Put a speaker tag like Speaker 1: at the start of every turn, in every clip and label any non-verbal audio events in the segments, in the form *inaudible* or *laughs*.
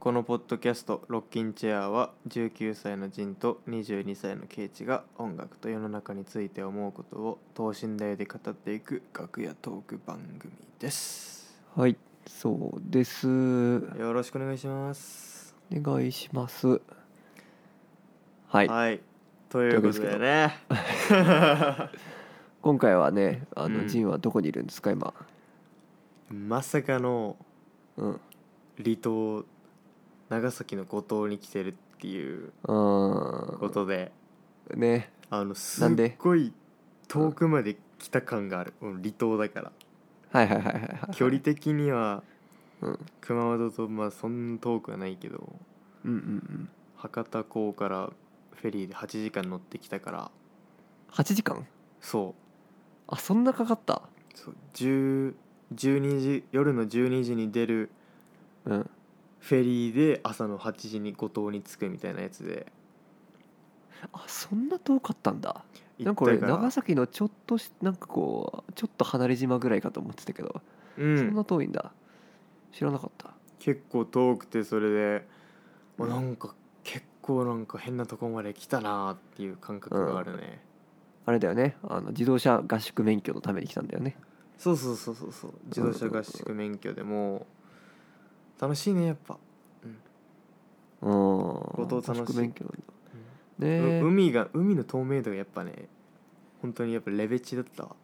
Speaker 1: このポッドキャスト「ロッキンチェア」は19歳のジンと22歳のケイチが音楽と世の中について思うことを等身大で語っていく楽屋トーク番組です
Speaker 2: はいそうですお
Speaker 1: よろしくお願いします
Speaker 2: 願いしますはい、
Speaker 1: はいということでね
Speaker 2: 今回はねあの、
Speaker 1: うん
Speaker 2: ジンはどこにいるんですか今
Speaker 1: まさかの
Speaker 2: うん
Speaker 1: 離島長崎の五島に来てるっていうこ
Speaker 2: う
Speaker 1: とで
Speaker 2: ーんね
Speaker 1: あのす
Speaker 2: な
Speaker 1: っ
Speaker 2: んで
Speaker 1: ごい遠くまで来た感があるうん離島だから
Speaker 2: はいはいはいはい *laughs* はい
Speaker 1: 距離的には
Speaker 2: うん
Speaker 1: 熊本とまあそんな遠くはないけど
Speaker 2: うんうんうん
Speaker 1: 博多港からフェリーで8時間乗ってきたから
Speaker 2: 8時間
Speaker 1: そ
Speaker 2: あそんなかかった
Speaker 1: うそう10 12時夜の12時に出る
Speaker 2: うん
Speaker 1: フェリーで朝の8時に五島に着くみたいなやつで
Speaker 2: あそんな遠かったんだ
Speaker 1: 行
Speaker 2: な
Speaker 1: っ
Speaker 2: んか俺
Speaker 1: たか
Speaker 2: 長
Speaker 1: ら
Speaker 2: 崎のちょっとしなんかこうちょっと離れ島ぐらいかと思ってたけど、
Speaker 1: う
Speaker 2: そん
Speaker 1: ん
Speaker 2: な遠いんだ知らなかった
Speaker 1: 結構遠くてそれで、まあ
Speaker 2: うん
Speaker 1: なんか結構なんか変なとこまで来たなーっていう感覚があるね、
Speaker 2: あれだよねあの自動車合宿免許のために来たんだよね
Speaker 1: そうそうそうそうそう自動車合宿免許でもう楽しいねやっぱ、
Speaker 2: うん後
Speaker 1: 藤楽しい
Speaker 2: 免許
Speaker 1: う
Speaker 2: ねえ
Speaker 1: 海が海の透明度がやっぱね本当にやっぱレベチだったわ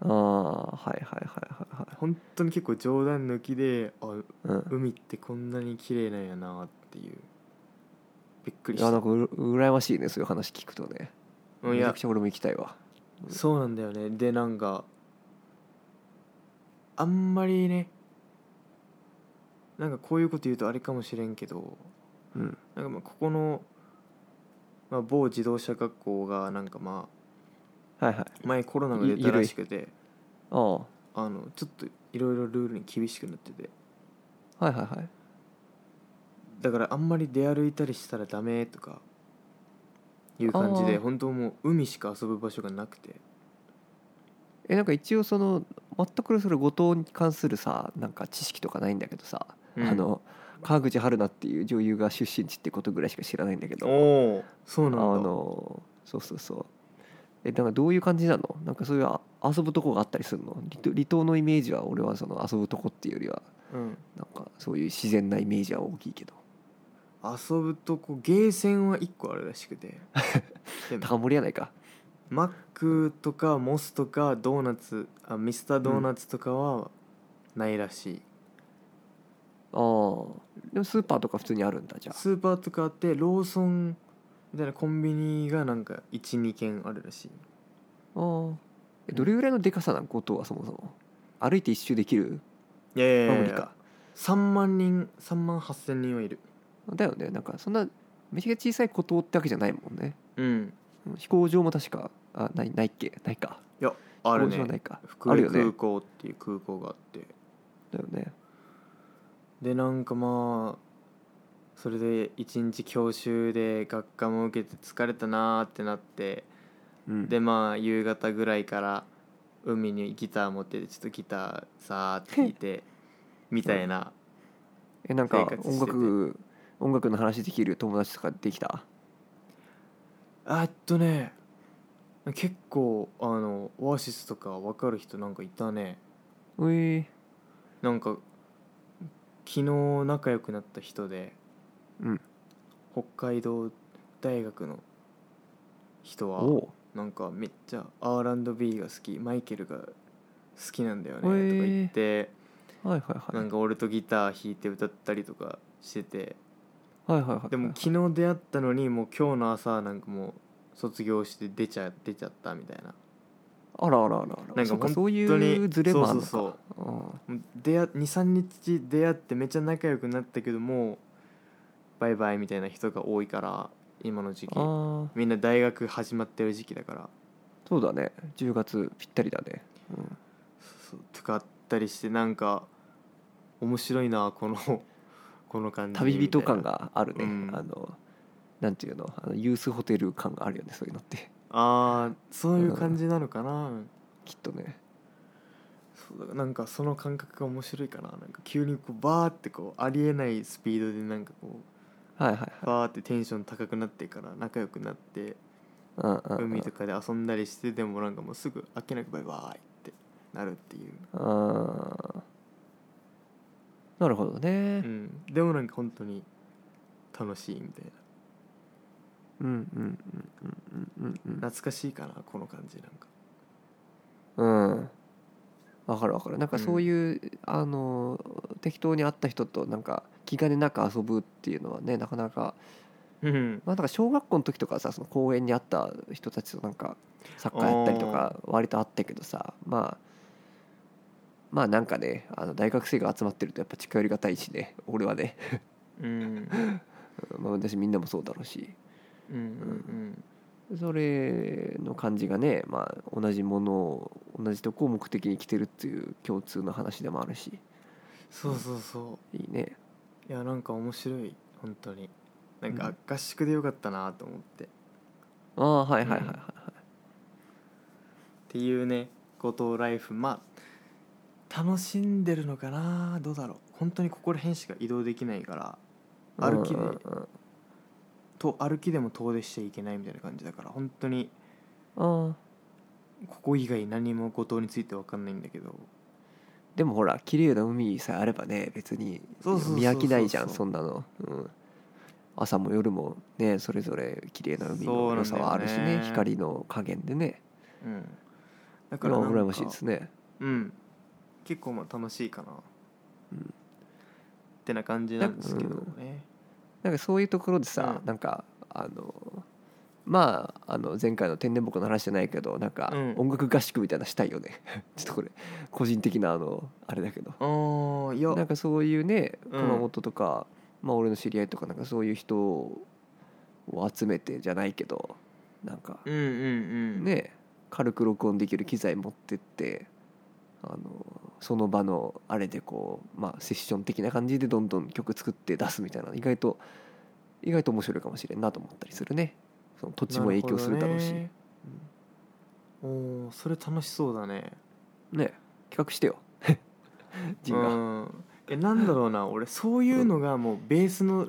Speaker 2: ああはいはいはいはいはい
Speaker 1: 本当に結構冗談抜きであ
Speaker 2: うん
Speaker 1: 海ってこんなに綺麗なんやなっていうびっくり
Speaker 2: い
Speaker 1: し
Speaker 2: やなん
Speaker 1: た
Speaker 2: かうら羨ましいねそういう話聞くとね
Speaker 1: うんい
Speaker 2: めちゃ
Speaker 1: や
Speaker 2: くちゃ俺も行きたいわ
Speaker 1: そうなんだよねでなんかあんまりねなんかこういうこと言うとあれかもしれんけど
Speaker 2: うん
Speaker 1: なんかまあここの、まあ、某自動車学校がなんかま
Speaker 2: はいはい
Speaker 1: あ前コロナが出たらしくて
Speaker 2: ああは
Speaker 1: あのちょっといろいろルールに厳しくなってて
Speaker 2: いはいはい
Speaker 1: だからあんまり出歩いたりしたらダメとかいう感じで
Speaker 2: あー
Speaker 1: 本当もう海しか遊ぶ場所がなくて
Speaker 2: えなんか一応その全くそれ後藤に関するさなんか知識とかないんだけどさ、
Speaker 1: うん
Speaker 2: あの川口春奈っていう女優が出身地ってことぐらいしか知らないんだけど
Speaker 1: おおそう
Speaker 2: あ
Speaker 1: なんだ
Speaker 2: のそうそうそうえなんかどういう感じなのなんかそういうあ遊ぶとこがあったりするの離島離島のイメージは俺はその遊ぶとこっていうよりは
Speaker 1: うん
Speaker 2: なんかそういう自然なイメージは大きいけど
Speaker 1: 遊ぶとこゲーセンは1個あるらしく *laughs* てでも
Speaker 2: 高森やないか
Speaker 1: マックとかモスとかドーナツあミスタードーナツとかはないらしい、
Speaker 2: ああでもスーパーとか普通にあるんだじゃ
Speaker 1: スーパーとかあってローソンみたいなコンビニがなんか12軒あるらしい
Speaker 2: ああえどれぐらいのでかさなことはそもそも歩いて一周できる
Speaker 1: いやいやい
Speaker 2: まあ
Speaker 1: や
Speaker 2: 無
Speaker 1: い
Speaker 2: 理
Speaker 1: や
Speaker 2: か
Speaker 1: 3万人3万8000人はいる
Speaker 2: だよねなんかそんなめちゃくちゃ小さい孤島ってわけじゃないもんね
Speaker 1: うん
Speaker 2: うん飛行場も確かあないないっけないか
Speaker 1: いやある
Speaker 2: 飛行場な
Speaker 1: ね
Speaker 2: いか
Speaker 1: 福
Speaker 2: あ
Speaker 1: 井
Speaker 2: るよね
Speaker 1: 空港っていう空港があって、
Speaker 2: だよね
Speaker 1: でなんかまあそれで一日教習で学科も受けて疲れたなーってなって
Speaker 2: うん
Speaker 1: でまあ夕方ぐらいから海にギター持っててちょっとギターさーって弾いてみたいな、
Speaker 2: えなんか
Speaker 1: 生活し
Speaker 2: 音
Speaker 1: てて
Speaker 2: 楽音楽の話できる友達とかできた
Speaker 1: あえっとね結構あのオアシスとか分かる人なんかいたね
Speaker 2: うえ
Speaker 1: なんか昨日仲良くなった人で、
Speaker 2: うん
Speaker 1: 北海道大学の人は
Speaker 2: おう
Speaker 1: なんかめっちゃ R&B が好きマイケルが好きなんだよねと
Speaker 2: へ
Speaker 1: か
Speaker 2: ー
Speaker 1: 言って
Speaker 2: はいはい
Speaker 1: な
Speaker 2: はい
Speaker 1: んか俺とギター弾いて歌ったりとかしてて
Speaker 2: はいはいはい
Speaker 1: でも昨日出会ったのにもう今日の朝なんかもう卒業して出ちゃ出ちゃったみたいな
Speaker 2: あらあらあらあら
Speaker 1: なんか
Speaker 2: そ
Speaker 1: 本
Speaker 2: っ
Speaker 1: 当に
Speaker 2: そういうズレもあるのか
Speaker 1: そうそう
Speaker 2: う
Speaker 1: もう
Speaker 2: ん
Speaker 1: 出会23日出会ってめっちゃ仲良くなったけどもうバイバイみたいな人が多いから今の時期
Speaker 2: ああ
Speaker 1: みんな大学始まってる時期だから
Speaker 2: そうだね10月ぴったりだね、うん
Speaker 1: そうとかあったりしてなんか面白いなこの *laughs* この感じ
Speaker 2: 旅人感
Speaker 1: みたいな
Speaker 2: があるね、
Speaker 1: うん
Speaker 2: あのなんていうのあのユースホテル感があるよね *laughs* そういうのって
Speaker 1: ああそういう感じなのかな、
Speaker 2: きっとね
Speaker 1: そうだからなんかその感覚が面白いかななんか急にこうバーってこうありえないスピードでなんかこ
Speaker 2: はいはいはいう
Speaker 1: バーってテンション高くなってから仲良くなって
Speaker 2: うんうんうん
Speaker 1: 海とかで遊んだりしてでもなんかもうすぐあっけなくバイバイってなるっていう、
Speaker 2: あーなるほど
Speaker 1: う
Speaker 2: ね、
Speaker 1: ん、でもなんか本当に楽しいみたい
Speaker 2: うん、うんうんうんうんうん
Speaker 1: な懐かしいかなこの感じなんか
Speaker 2: うんわかるわかるなんかそういう、あの適当に会った人となんか気兼ねなく遊ぶっていうのはねなかなか
Speaker 1: うん
Speaker 2: まあなんか小学校の時とかさその公園に会った人たちとなんかサッカーやったりとか割とあったけどさまあまあなんかねあの大学生が集まってるとやっぱ近寄りがたいしね俺はね、
Speaker 1: うん
Speaker 2: まあ、私みんなもそうだろうし
Speaker 1: うんうん
Speaker 2: それの感じがね、まあ、同じものを同じとこを目的に来てるっていう共通の話でもあるし
Speaker 1: そうそうそ
Speaker 2: いいね
Speaker 1: ういやなんか面白い本当になん
Speaker 2: う
Speaker 1: か
Speaker 2: ん
Speaker 1: 合宿でよかったなと思ってっ
Speaker 2: ああはいはいはいはい、
Speaker 1: ていうね五島ライフまあ楽しんでるのかなどうだろう本当にここら辺しか移動できないから
Speaker 2: はい、
Speaker 1: 歩きで
Speaker 2: うんうん
Speaker 1: と歩きでも遠出しちゃいけないみたいな感じだから本当に
Speaker 2: うんああ
Speaker 1: ここ以外何も五島について分かんないんだけど
Speaker 2: でもほら綺麗な海さえあればね別に
Speaker 1: そうそうそうそう
Speaker 2: 見飽きないじゃんそんなの、うん、朝も夜もねそれぞれ綺麗な海の良さはあるし
Speaker 1: そうなんだ
Speaker 2: ね
Speaker 1: よね
Speaker 2: 光の加減でね
Speaker 1: うんだ
Speaker 2: う
Speaker 1: から
Speaker 2: ら
Speaker 1: なんか
Speaker 2: 羨ましいですね
Speaker 1: うん結構まあ楽しいかな、
Speaker 2: うん
Speaker 1: ってな感じなんですけどね、
Speaker 2: なんかそういうところでさ、
Speaker 1: うん
Speaker 2: なんかあのまああの前回の天然木の話じゃないけどなんか
Speaker 1: うん
Speaker 2: 音楽合宿みたいなのしたいよね *laughs* ちょっとこれ個人的なあのあれだけど
Speaker 1: ああいや
Speaker 2: なんかそういうね
Speaker 1: うん
Speaker 2: 熊本とか、まあ俺の知り合いとかなんかそういう人を集めてじゃないけどなんか
Speaker 1: うんうんうん
Speaker 2: ね軽く録音できる機材持ってってあのその場のあれでこうまあセッション的な感じでどんどん曲作って出すみたいな意外と意外と面白いかもしれんなと思ったりするねその土地も影響するだろうし
Speaker 1: な
Speaker 2: ね
Speaker 1: ほどねおーそれ楽しそうだね
Speaker 2: 企画してよ *laughs* ジン
Speaker 1: う
Speaker 2: が
Speaker 1: んえなんだろうな俺そういうのがもうベースの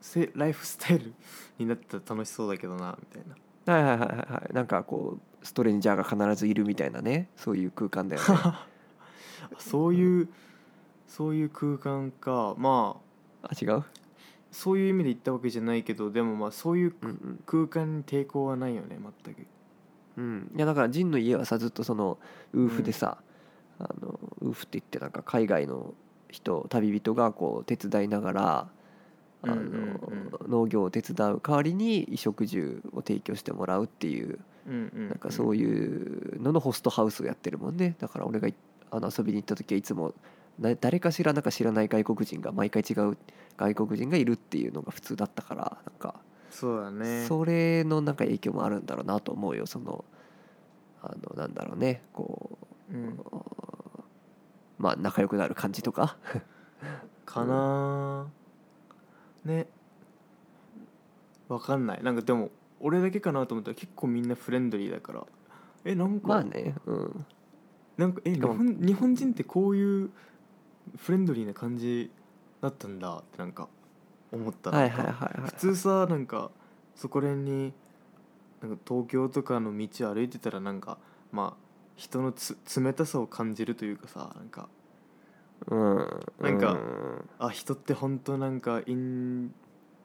Speaker 1: せライフスタイルになったら楽しそうだけどなみたいな
Speaker 2: はいはいはいはいはいなんかこうストレンジャーが必ずいるみたいなねそういう空間だよね
Speaker 1: あそういう、そういう空間かまあ
Speaker 2: あ違う
Speaker 1: そういう意味で言ったわけじゃないけどでもまあそういう
Speaker 2: うんうん
Speaker 1: 空間に抵抗はないよね全く
Speaker 2: うん、いやだからジンの家はさずっとそのウーフでさ、あのウーフって言ってなんか海外の人旅人がこう手伝いながらあの、
Speaker 1: うんうん
Speaker 2: 農業を手伝う代わりに衣食住を提供してもらうっていう
Speaker 1: うんうん
Speaker 2: なんかそう
Speaker 1: い
Speaker 2: いうののホストハウスをやってるもんねだから俺がいあの遊びに行った時はいつもな誰かしらなんか知らない外国人が毎回違う外国人がいるっていうのが普通だったからなんか
Speaker 1: そうだね
Speaker 2: それのなんか影響もあるんだろうなと思うよそのあのなんだろうねこ
Speaker 1: う
Speaker 2: う、
Speaker 1: ん、
Speaker 2: まあ仲良くなる感じとか
Speaker 1: かなあねわかんないなんかでも俺だけかなと思ったら結構みんなフレンドリーだからえなんか、
Speaker 2: まあねうん
Speaker 1: なんかえ日
Speaker 2: かも
Speaker 1: 本日本人ってこういうフレンドリーな感じだったんだってなんか思った
Speaker 2: は
Speaker 1: ないんか
Speaker 2: はいはいはい
Speaker 1: 普通さなんかそこら辺になんか東京とかの道を歩いてたらなんかまあ人のつ冷たさを感じるというかさなんか
Speaker 2: うん
Speaker 1: なんか
Speaker 2: うん
Speaker 1: あ人って本当なんかイン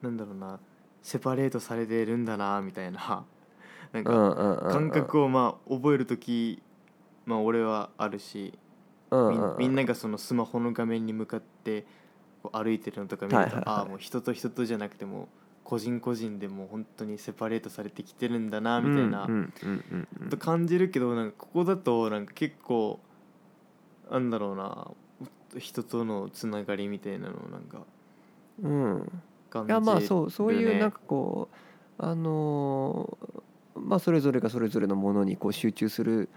Speaker 1: なんだろうなセパレートされてるんだなみたいな *laughs* なん
Speaker 2: う
Speaker 1: か
Speaker 2: んうんうん
Speaker 1: 感覚をまあ覚える時まあ俺はあるし
Speaker 2: うん
Speaker 1: み
Speaker 2: うんん
Speaker 1: みんながそのスマホの画面に向かってこう歩いてるのとか見ると、
Speaker 2: はいはいはい
Speaker 1: ああもう人と人とじゃなくてもう個人個人でもう本当にセパレートされてきてるんだなみたいな、
Speaker 2: うんうんうんうんうん
Speaker 1: と感じるけどなんかここだとなんか結構なんだろうな人とのつながりみたいなのをなんか
Speaker 2: うん
Speaker 1: 感
Speaker 2: い
Speaker 1: じ
Speaker 2: や
Speaker 1: る
Speaker 2: まあそうそういう
Speaker 1: ね
Speaker 2: なんかこうあのーまあそれぞれがそれぞれのものにこう集中する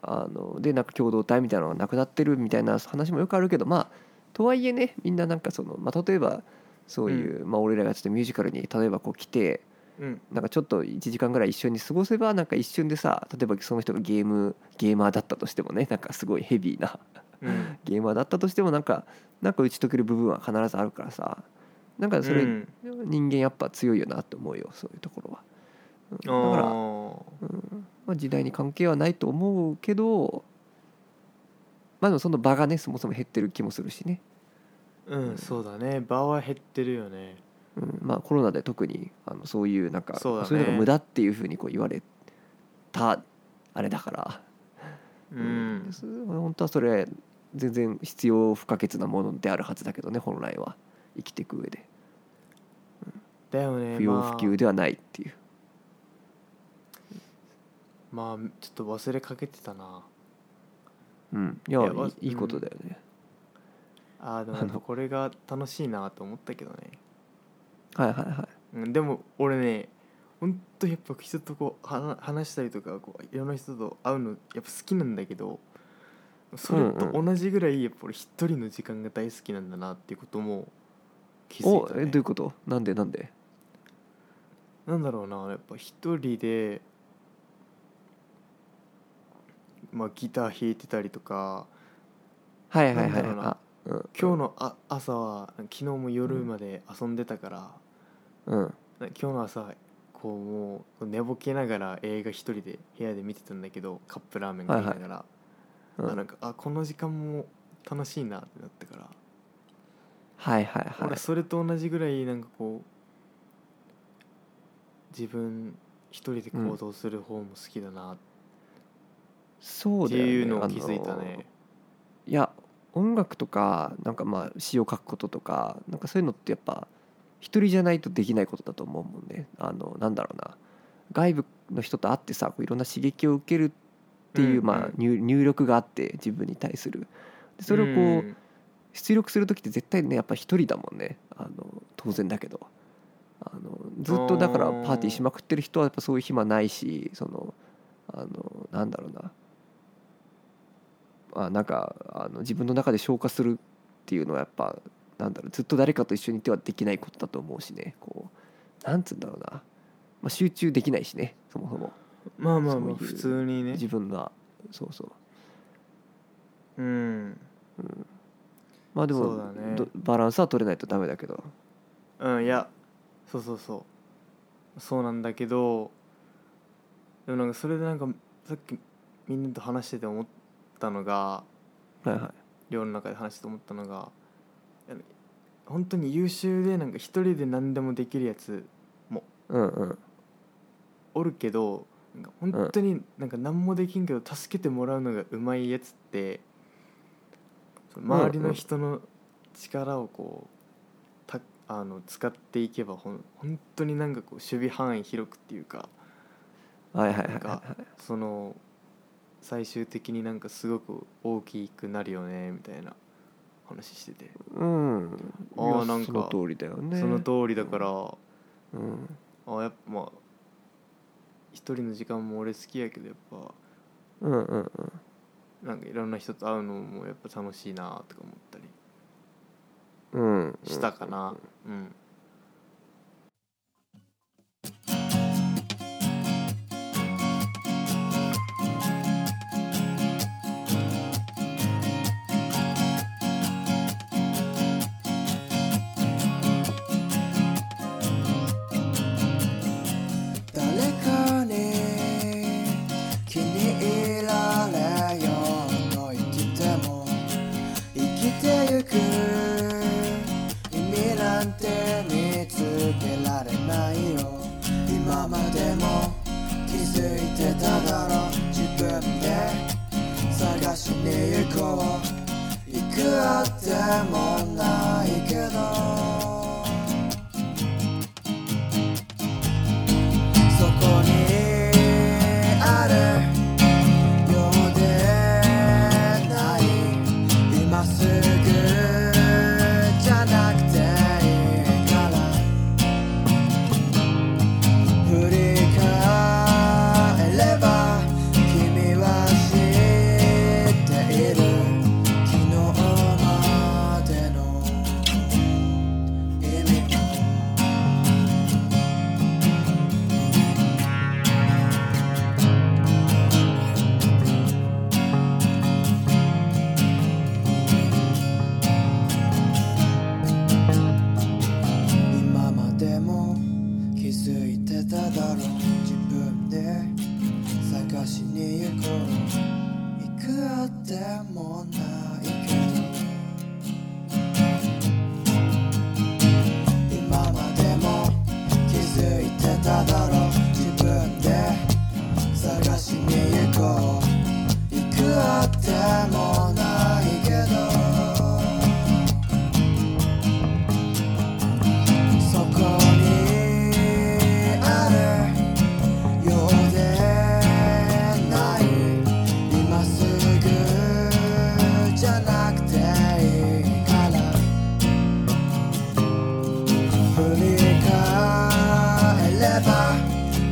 Speaker 2: あのでなんか共同体みたいなのがなくなってるみたいな話もよくあるけどまあとはいえねみんななんかその、まあ、例えばそういう、まあ、俺らがちょっとミュージカルに例えばこう来て
Speaker 1: うん
Speaker 2: なんかちょっと1時間ぐらい一緒に過ごせばなんか一瞬でさ例えばその人がゲームゲーマーだったとしてもねなんかすごいヘビーなゲーマーだったとしてもなんかなんか打ち解ける部分は必ずあるからさなんかそれ、
Speaker 1: うん
Speaker 2: 人間やっぱ強いよなって思うよそういうところは、うん
Speaker 1: あー
Speaker 2: だから、うんまあ、時代に関係はないと思うけどまあでもその場がねそもそも減ってる気もするしね、
Speaker 1: うん、そうだね場は減ってるよね
Speaker 2: うん、まあコロナで特にあのそういうなんか
Speaker 1: そうだね
Speaker 2: いうのが無駄っていうふうにこう言われたあれだから、
Speaker 1: うん、
Speaker 2: です本当はそれ全然必要不可欠なものであるはずだけどね本来は生きていく上で
Speaker 1: だよね
Speaker 2: 不要不急ではないっていう、
Speaker 1: まあ、まあちょっと忘れかけてたな
Speaker 2: うん、い
Speaker 1: い
Speaker 2: や
Speaker 1: やわ
Speaker 2: いいいいことだよね、
Speaker 1: あーでも
Speaker 2: あ
Speaker 1: や
Speaker 2: の
Speaker 1: っぱこれが楽しいなと思ったけどね、
Speaker 2: はいはいはい
Speaker 1: うん、でも俺ねほんとやっぱ人とこう話話したりとかこういろんな人と会うのやっぱ好きなんだけどそれと同じぐらいやっぱ俺一人の時間が大好きなんだなっていうことも気づい
Speaker 2: お
Speaker 1: た、
Speaker 2: え
Speaker 1: ね、
Speaker 2: どういうことなんでなんで
Speaker 1: なんだろうなやっぱ一人でまあギター弾いてたりとか
Speaker 2: はいはいは
Speaker 1: ないんだろうな
Speaker 2: あ、うん、
Speaker 1: 今日のあ朝は昨日も夜まで遊んでたから、
Speaker 2: うん
Speaker 1: な今日の朝こうもう寝ぼけながら映画一人で部屋で見てたんだけどカップラーメン食いながら、
Speaker 2: う
Speaker 1: あ
Speaker 2: ん
Speaker 1: なんかあこの時間も楽しいなってなったから、
Speaker 2: はいはいはい
Speaker 1: 俺それと同じぐらいなんかこう自分一人で行動する方も好きだな
Speaker 2: そ
Speaker 1: っ
Speaker 2: う
Speaker 1: て
Speaker 2: だよ、ね、
Speaker 1: いうのを気づいた
Speaker 2: あの
Speaker 1: ね
Speaker 2: いや音楽とかなんかまあ詩を書くこととかなんかそういうのってやっぱ一人じゃないとできないことだと思うもんねあのなんだろうな外部の人と会ってさこういろんな刺激を受けるっていう、
Speaker 1: うん
Speaker 2: まあ
Speaker 1: うん
Speaker 2: 入入力があって自分に対するでそれをこう、
Speaker 1: ん
Speaker 2: 出力する時って絶対ねやっぱ一人だもんねあの当然だけどあのずっとだから
Speaker 1: あー
Speaker 2: パーティーしまくってる人はやっぱそういう暇ないしそのあのなんだろうなあなんかあの自分の中で消化するっていうのはやっぱなんだろうずっと誰かと一緒にいてはできないことだと思うしねこうなんつうんだろうな、まあ、集中できないしねそもそも
Speaker 1: まあまあ
Speaker 2: そう
Speaker 1: ま
Speaker 2: い
Speaker 1: あ
Speaker 2: う
Speaker 1: 普通にね
Speaker 2: 自分がそうそう
Speaker 1: うん、
Speaker 2: まあで
Speaker 1: そうだ
Speaker 2: も、
Speaker 1: ね
Speaker 2: どバランスは取れないとダメだけど
Speaker 1: うんいやそうそうそうそうなんだけどでもなんかそれでなんかさっきみんなと話してて思ったのが
Speaker 2: はいはい
Speaker 1: 寮の中で話してて思ったのがあの本当に優秀でなんか一人で何でもできるやつ
Speaker 2: うんうん
Speaker 1: おるけどなんか本当になんか何もできんけど助けてもらうのがうまいやつってその周りの人の力をこうたあの使っていけばほん本当になんかこう守備範囲広くっていうか
Speaker 2: はいはいはい
Speaker 1: なん
Speaker 2: はい
Speaker 1: かその最終的になんかすごく大きくなるよねみたいな話してて、
Speaker 2: うん
Speaker 1: あー
Speaker 2: いや
Speaker 1: なんか
Speaker 2: その通りだよね
Speaker 1: その通りだから。
Speaker 2: うん
Speaker 1: あやっぱまあ一人の時間も俺好きやけどやっぱ
Speaker 2: うんうんうん
Speaker 1: なんかいろんな人と会うのもやっぱ楽しいなとか思ったり
Speaker 2: うんうん
Speaker 1: したかなうん、
Speaker 3: 誰かに気に入られようと生きても生きてゆく意味なんて見つけられないよ今までも気づいてただろう自分で探しに行こう行くあってもないけどそこにあるようでない今すぐじゃなくていいから振り返れば君は知っている昨日までのに行こういくらでもないけど今までも気づいてただろう自分で探しに行こういくらでもないけどそこにあるようでない今すぐじゃなくていいから振り返れば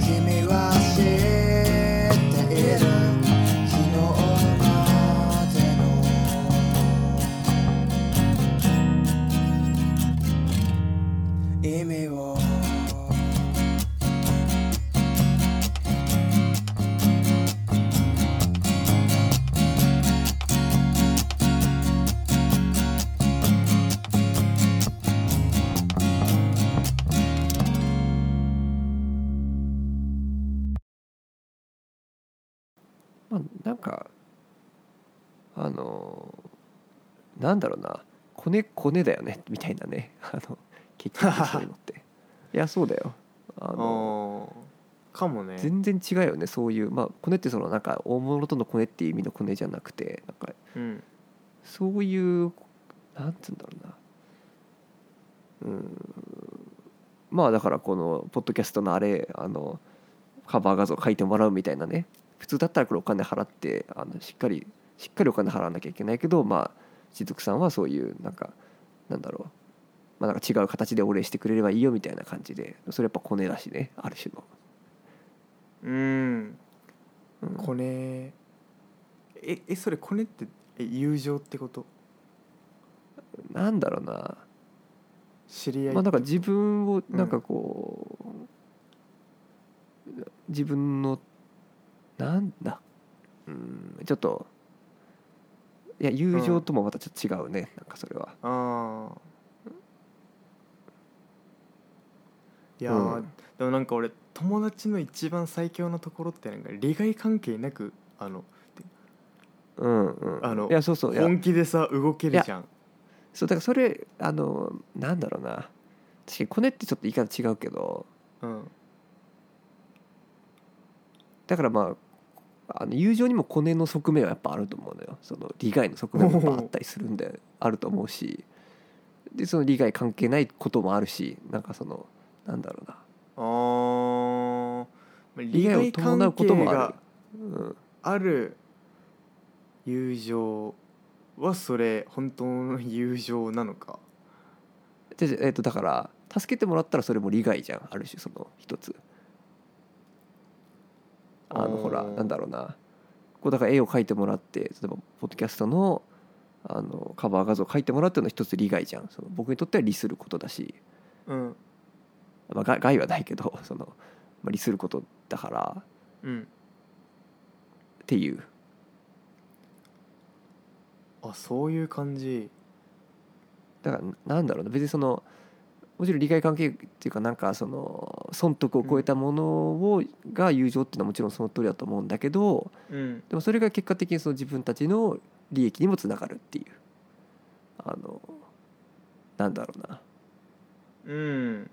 Speaker 3: 君は知っている昨日までの意味を
Speaker 2: まあ、なんかあのなんだろうなコネコネだよねみたいなねあの結局そういうのっていやそうだよあの
Speaker 1: ああかもね
Speaker 2: 全然違うよねそういうまあコネってそのなんか大物とのコネっていう意味のコネじゃなくてなんか
Speaker 1: うん
Speaker 2: そういうなんつうんだろうなうんまあだからこのポッドキャストのあれあのカバー画像書いてもらうみたいなね普通だったらこれお金払ってあのしっかりしっかりお金払わなきゃいけないけどまあしずくさんはそういうなんかなんだろうまあなんか違う形でお礼してくれればいいよみたいな感じでそれやっぱコネだしねある種の、
Speaker 1: うん
Speaker 2: うん
Speaker 1: コネええそれコネってえ友情ってこと
Speaker 2: なんだろうな
Speaker 1: 知り合い
Speaker 2: まあ、なん
Speaker 1: か
Speaker 2: か自分をなんかこう、自分のなんだうんちょっといや友情ともまたちょっと違うね、なんかそれは
Speaker 1: ああいやー、
Speaker 2: うん
Speaker 1: でもなんか俺友達の一番最強なところってなんか利害関係なくあの
Speaker 2: うんうん
Speaker 1: あの
Speaker 2: いやそうそういや
Speaker 1: 本気でさ動けるじゃん
Speaker 2: そうだからそれあのなんだろうな確かにコネってちょっと言い方違うけど
Speaker 1: うん
Speaker 2: だからまああの友情にもコネの側面はやっぱあると思うのよその利害の側面もやっぱあったりするんであると思うしでその利害関係ないこともあるしなんかそのなんだろうな
Speaker 1: あーまあ利
Speaker 2: 利害を
Speaker 1: 害関
Speaker 2: 伴うこと
Speaker 1: 係
Speaker 2: もあ
Speaker 1: が
Speaker 2: る。うん、
Speaker 1: ある友情はそれ本当の友情なのか
Speaker 2: じゃじゃえっとだから助けてもらったらそれも利害じゃんある種その一つあの
Speaker 1: おー
Speaker 2: ほらなんだろうなこうだから絵を描いてもらって例えばポッドキャストのあのカバー画像を描いてもらうっていうのは一つ利害じゃんその僕にとっては利することだし
Speaker 1: うん
Speaker 2: まあ、害害はないけど *laughs* その、まあ、利することだから
Speaker 1: うん
Speaker 2: っていう
Speaker 1: あそういう感じ
Speaker 2: だからなんだろうな別にそのもちろん利害関係っていうかなんかその損得を超えたものをが友情っていうのはもちろんその通りだと思うんだけど
Speaker 1: うん
Speaker 2: でもそれが結果的にその自分たちの利益にもつながるっていうあのなんだろうな
Speaker 1: うん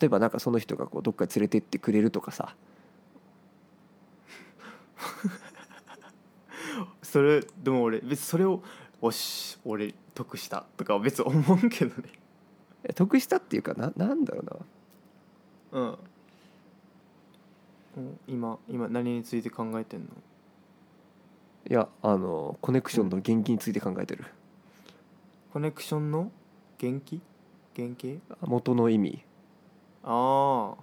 Speaker 2: 例えばなんかその人がこうどっかに連れてってくれるとかさ
Speaker 1: それでも俺別にそれを「おし俺得した」とかは別に思うけどね
Speaker 2: 得したっていうかななんだろうな
Speaker 1: うんお今今何について考えてんの
Speaker 2: いやあのコネクションの現金について考えてる
Speaker 1: コネクションの元気原型
Speaker 2: 元の意味
Speaker 1: ああ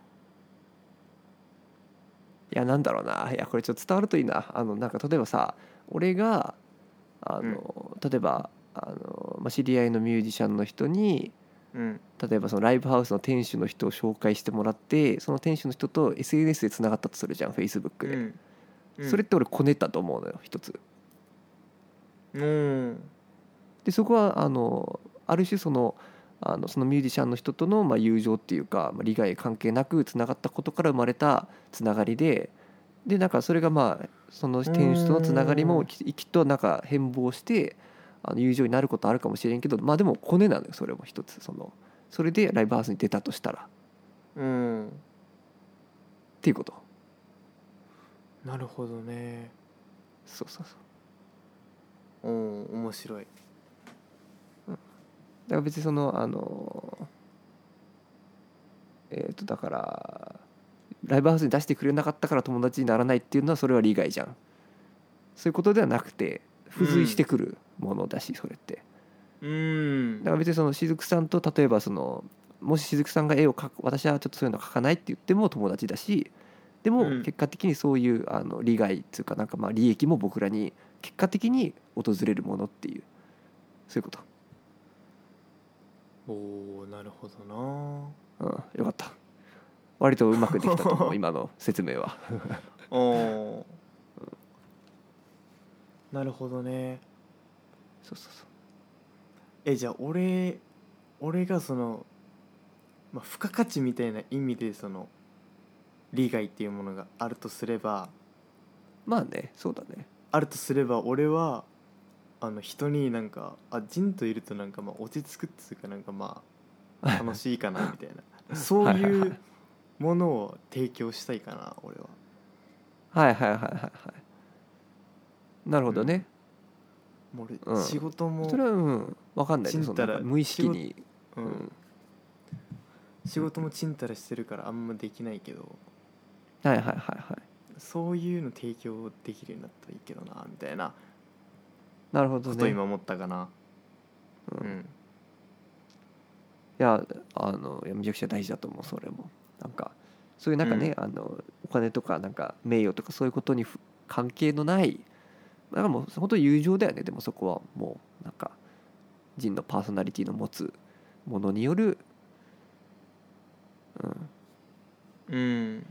Speaker 2: いやなんだろうないやこれちょっと伝わるといいなあのなんか例えばさ俺があの、例えばあの、まあ、知り合いのミュージシャンの人に
Speaker 1: うん
Speaker 2: 例えばそのライブハウスの店主の人を紹介してもらってその店主の人と SNS でつながったとするじゃん Facebook で、
Speaker 1: うんうん
Speaker 2: それって俺こねたと思うのよ一つ
Speaker 1: うん
Speaker 2: でそこはあのある種そのあのそのミュージシャンの人とのまあ友情っていうか、まあ、利害関係なくつながったことから生まれたつながりででなんかそれがまあその店主とのつながり
Speaker 1: う
Speaker 2: も
Speaker 1: ん
Speaker 2: ききっとなんか変貌してあの友情になることあるかもしれんけどまあでもコネなのよそれも一つそのそれでライブハウスに出たとしたらっ
Speaker 1: うん
Speaker 2: ていうこと
Speaker 1: なるほどね
Speaker 2: そうそうそう
Speaker 1: うん面白い
Speaker 2: だから別にそのあのえっ、とだからライブハウスに出してくれなかったから友達にならないっていうのはそれは利害じゃんそういうことではなくて付随してくるものだし、それって
Speaker 1: うん
Speaker 2: だから別にその雫さんと例えばそのもし雫さんが絵を描く私はちょっとそういうの描かないって言っても友達だしでも
Speaker 1: うん
Speaker 2: 結果的にそういうあの利害っていうかなんかまあ利益も僕らに結果的に訪れるものっていうそういうこ
Speaker 1: おおなるほどな
Speaker 2: と、うん、よかった割とうまくできたと思う今の説明は
Speaker 1: おなるほどね
Speaker 2: そうそうそう
Speaker 1: えじゃあ俺俺がその、まあ、付加価値みたいな意味でその利害っていうものがあるとすれば
Speaker 2: まあねそうだね
Speaker 1: あるとすれば俺はあの人になんかあジンといるとなんかまあ落ち着くっつうかなんかまあ *laughs* 楽しいかなみ
Speaker 2: *laughs*
Speaker 1: たいなそう
Speaker 2: はいはい
Speaker 1: い
Speaker 2: は
Speaker 1: う
Speaker 2: い
Speaker 1: ものを提供したいかな俺は
Speaker 2: はいはいはいはいはいなるほどね、
Speaker 1: もう
Speaker 2: う
Speaker 1: 俺
Speaker 2: ん
Speaker 1: 仕事も、
Speaker 2: それはうん分かんないね
Speaker 1: ち
Speaker 2: そ
Speaker 1: んた
Speaker 2: の
Speaker 1: ら
Speaker 2: なんか無意識に、
Speaker 1: う
Speaker 2: うんん、
Speaker 1: 仕事もちんたらしてるからあんまできないけど
Speaker 2: はいはいはいはい
Speaker 1: そういうの提供できるようになったらいいけどなみたいな
Speaker 2: なるほど
Speaker 1: ことを
Speaker 2: ね
Speaker 1: 今思ったかな、
Speaker 2: う
Speaker 1: うんん
Speaker 2: いやあのいやめちゃくちゃ大事だと思うそれもなんかそういうなんかね、あのお金とかなんか名誉とかそういうことにふ関係のないだからもう本当に友情だよねでもそこはもうなんか人のパーソナリティの持つものによる、うん、
Speaker 1: うん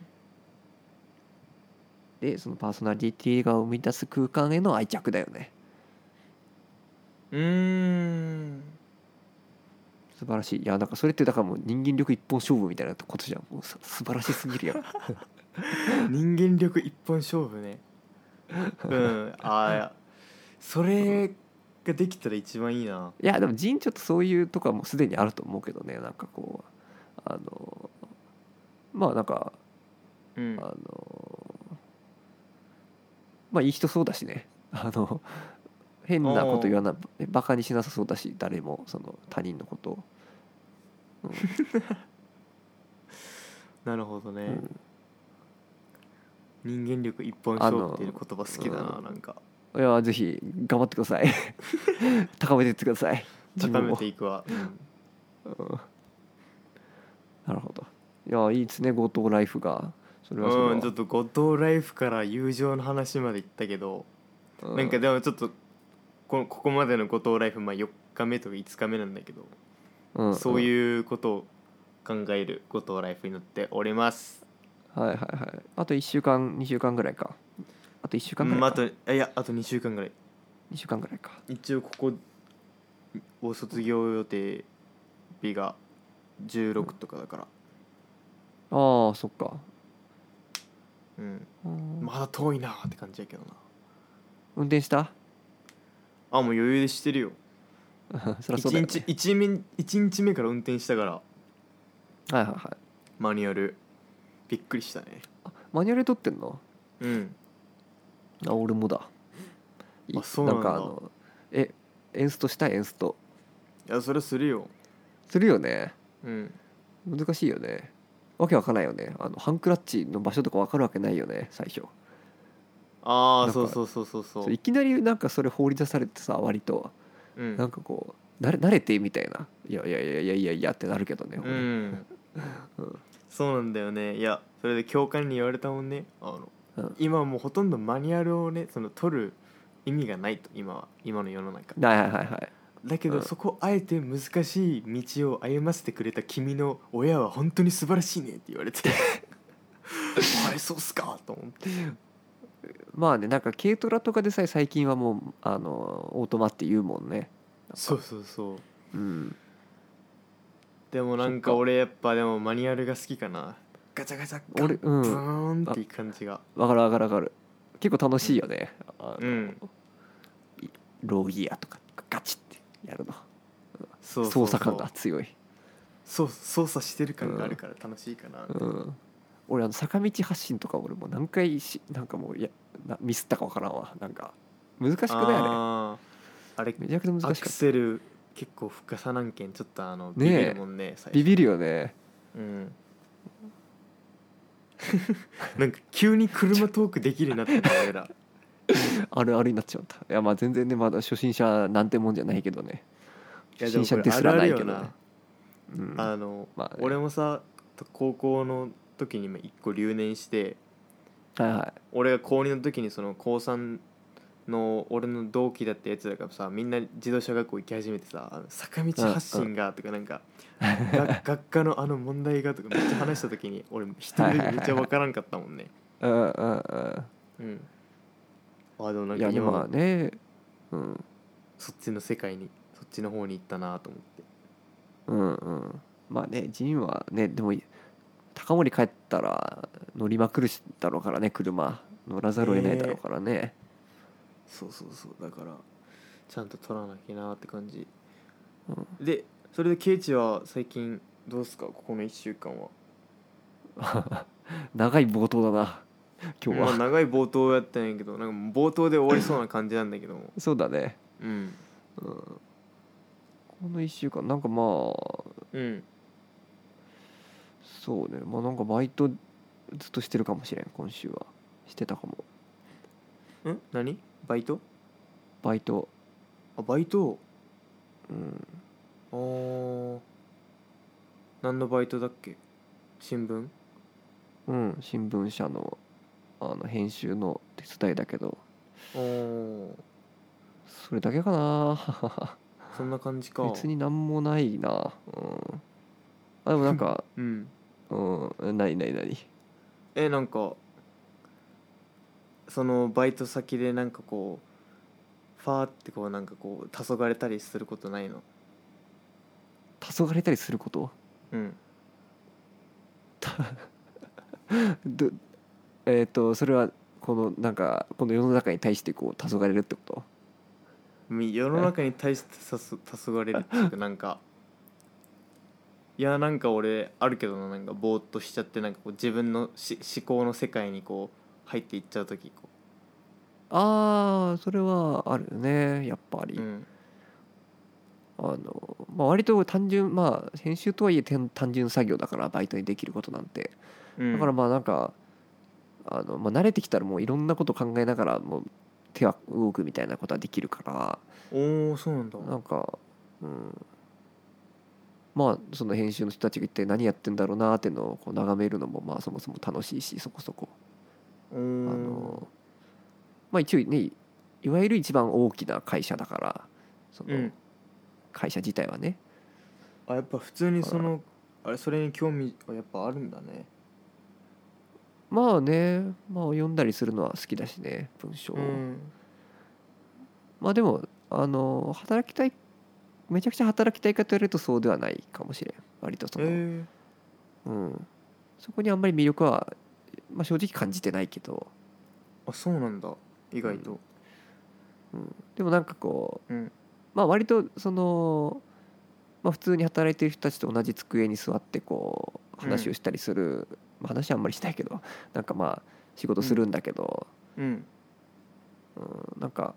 Speaker 2: でそのパーソナリティが生み出す空間への愛着だよね
Speaker 1: うーん
Speaker 2: 素晴らしいいやなんかそれってだからもう人間力一本勝負みたいなことじゃんもうさ素晴らしすぎるやん
Speaker 1: 人間力一本勝負ねうんあーいやそれができたら一番いいない
Speaker 2: やでもジンちょっとそういうとこはもうすでにあると思うけどねなんかこうあのまあなんか
Speaker 1: うん
Speaker 2: あのまあいい人そうだしね *laughs* あの変なこと言わなバカにしなさそうだし誰もその他人のことを、
Speaker 1: なるほど
Speaker 2: う
Speaker 1: ね、
Speaker 2: ん
Speaker 1: 人間力一本勝
Speaker 2: あ
Speaker 1: 負
Speaker 2: の
Speaker 1: っていう言葉好きだな、
Speaker 2: うん
Speaker 1: なんか
Speaker 2: いやぜひ頑張ってください *laughs* 高めていってください自
Speaker 1: 高
Speaker 2: 分
Speaker 1: め
Speaker 2: を
Speaker 1: ていくわ、うん
Speaker 2: うんなるほどいやいいですね強盗ライフがそれはそれは、
Speaker 1: うん、ちょっと後藤ライフから友情の話まで行ったけど、
Speaker 2: う
Speaker 1: なんかでもちょっとこのここまでの後藤ライフ、まあ、4日目とか5日目なんだけど、
Speaker 2: うん
Speaker 1: そういうことを考える後藤ライフになっております
Speaker 2: はいはいはいあと1週間2週間ぐらいかあと1週間ぐ
Speaker 1: うん
Speaker 2: ら
Speaker 1: あ
Speaker 2: いか、
Speaker 1: とあいやあと2週間ぐらい
Speaker 2: 2週間ぐらいか
Speaker 1: 一応ここを卒業予定日が16とかだから、
Speaker 2: ああそっか、
Speaker 1: うん、
Speaker 2: うん
Speaker 1: まだ遠いなって感じやけどな
Speaker 2: 運転した *laughs*
Speaker 1: あもう余裕でしてるよ
Speaker 2: そりゃそ
Speaker 1: 1
Speaker 2: うだよ、ね、
Speaker 1: 日一日一日目から運転したから
Speaker 2: はいはいはい
Speaker 1: マニュアルびっくりしたね
Speaker 2: あマニュアル取ってんの
Speaker 1: うん
Speaker 2: あ俺もだい
Speaker 1: あそうなんだ
Speaker 2: かあのえエンストしたいエンスト
Speaker 1: いやそれするよ
Speaker 2: するよね
Speaker 1: うん
Speaker 2: 難しいよねわけわかんないよねあのハンクラッチの場所とかわかるわけないよね最初
Speaker 1: ああ
Speaker 2: なんか
Speaker 1: そうそうそうそうそ
Speaker 2: そう
Speaker 1: う
Speaker 2: いきなりなんかそれ放り出されてさ割と
Speaker 1: う
Speaker 2: なん
Speaker 1: ん
Speaker 2: かこう慣れ慣れてみたいないやいやいやいやいやいやってなるけどね、
Speaker 1: う
Speaker 2: 俺
Speaker 1: ん
Speaker 2: *laughs* うん
Speaker 1: そうなんだよねいやそれで教官に言われたもんねあの
Speaker 2: うん
Speaker 1: 今もうほとんどマニュアルをねその取る意味がないと今は今の世の中
Speaker 2: はいはいはいはい
Speaker 1: だけど、
Speaker 2: うん
Speaker 1: そこをあえて難しい道を歩ませてくれた君の親は本当に素晴らしいねって言われてあれそうっすかと思って
Speaker 2: まあねなんか軽トラとかでさえ最近はもうあのオートマって言うもんね
Speaker 1: そうそうそう
Speaker 2: うん
Speaker 1: でもなんか
Speaker 2: そっか
Speaker 1: 俺やっぱでもマニュアルが好きかなガチャガチャ
Speaker 2: 俺う
Speaker 1: ブ
Speaker 2: ん
Speaker 1: ーンっていう感じが
Speaker 2: わかるわかるわかる結構楽しいよねあ
Speaker 1: う
Speaker 2: の
Speaker 1: ん
Speaker 2: ロギアとかガチってやるの
Speaker 1: そうそうそう
Speaker 2: 操作感が強い、
Speaker 1: そう操作してる感があるから楽しいかな、
Speaker 2: うん、俺あの坂道発進とか俺もう何回しなんかもういやなミスったかわからんわなんか難しくないあ
Speaker 1: あーあれ
Speaker 2: れめちゃくちゃ難
Speaker 1: ア
Speaker 2: し
Speaker 1: ク
Speaker 2: かった
Speaker 1: セル結構深さなんけんちょっとあのビ
Speaker 2: ねえ
Speaker 1: ビるもんね最初
Speaker 2: ビビるよね
Speaker 1: うん、なんか急に車トークできるようになってた俺ら
Speaker 2: あるあるになっちゃったいやまあ全然ねまだ初心者なんてもんじゃないけどね
Speaker 1: いや
Speaker 2: 初
Speaker 1: でも
Speaker 2: 心
Speaker 1: こ
Speaker 2: 者
Speaker 1: れ
Speaker 2: ですらないけど
Speaker 1: あるある
Speaker 2: ね
Speaker 1: よ
Speaker 2: うん
Speaker 1: なあの、
Speaker 2: まあね
Speaker 1: 俺もさ高校の時に一個留年して
Speaker 2: はいは
Speaker 1: 俺が高2の時にその高3の俺の同期だったやつらがさみんな自動車学校行き始めてさあの坂道発進がとかなんか、が *laughs* 学科のあの問題がとかめっちゃ話した時に俺一人だけめっちゃ分からんかったもんね
Speaker 2: いうんうんうん
Speaker 1: うんあでもなん
Speaker 2: い
Speaker 1: か
Speaker 2: やで
Speaker 1: 今
Speaker 2: もまあ
Speaker 1: は
Speaker 2: ねうん
Speaker 1: そっちの世界にそっちの方に行ったなと思って
Speaker 2: うんうんまあねジンはねでも高森帰ったら乗りまくるしだろうからね車乗らざるを得ないだろうからね、
Speaker 1: そうそうそうだからちゃんと取らなきゃなって感じ
Speaker 2: うん
Speaker 1: でそれでケイチは最近どうっすかここの1週間は
Speaker 2: *laughs* 長い冒頭だな今日は、
Speaker 1: まあ長い冒頭やったんやけどなんかもう冒頭で終わりそうな感じなんだけども
Speaker 2: そうだね、
Speaker 1: うん
Speaker 2: うん、この1週間なんかまあ
Speaker 1: うん
Speaker 2: そうねまあなんかバイトずっとしてるかもしれん今週はしてたかも
Speaker 1: ん何バイト
Speaker 2: バイト
Speaker 1: あバイト
Speaker 2: うん
Speaker 1: あー何のバイトだっけ新聞
Speaker 2: うん新聞社のあの編集の手伝いだけど
Speaker 1: あー
Speaker 2: それだけかな
Speaker 1: そんな感じか
Speaker 2: 別になんもないなうんあでもなんか
Speaker 1: うん
Speaker 2: うんないないない
Speaker 1: えなんかそのバイト先でなんかこうファーってこうなんかこう黄昏れたりすることないの
Speaker 2: 黄昏れたりすること
Speaker 1: うん
Speaker 2: どえっ、とそれはこのなんかこの世の中に対してこう黄昏れるってこと
Speaker 1: み世の中に対してさす黄昏れるっていうかなんかいやなんか俺あるけどななんかぼーっとしちゃってなんかこう自分のし思考の世界にこう入っていっちゃう時こ
Speaker 2: ああそれはあるねやっぱり、
Speaker 1: う、うん、
Speaker 2: あの、まあ、割と単純まあ編集とはいえてん単純作業だからバイトにできることなんて
Speaker 1: うん
Speaker 2: だからまあなんかあの、まあ、慣れてきたらもういろんなこと考えながらもう手は動くみたいなことはできるから
Speaker 1: おおそうなんだ
Speaker 2: なんか、うん、まあその編集の人たちが一体何やってんだろうなーっていうのをこう眺めるのもまあそもそも楽しいしそこそこ、
Speaker 1: お
Speaker 2: あ
Speaker 1: ー
Speaker 2: のまあ、一応ねいわゆる一番大きな会社だからそ
Speaker 1: うん
Speaker 2: の会社自体はね、
Speaker 1: あやっぱ普通にそのあれそれに興味はやっぱあるんだね
Speaker 2: まあね、まあ、読んだりするのは好きだしね文章を、
Speaker 1: うん
Speaker 2: まあでもあの働きたいめちゃくちゃ働きたいかと言われるとそうではないかもしれん割とその、
Speaker 1: え
Speaker 2: うん、そこにあんまり魅力は、まあ、正直感じてないけど、
Speaker 1: ー、あそうなんだ意外と
Speaker 2: うん、でもなんかこう、
Speaker 1: うん
Speaker 2: まあ割とその、まあ、普通に働いてる人たちと同じ机に座ってこう話をしたりする、まあ話はあんまりしないけどなんかまあ仕事するんだけど、
Speaker 1: うん
Speaker 2: うん、なんか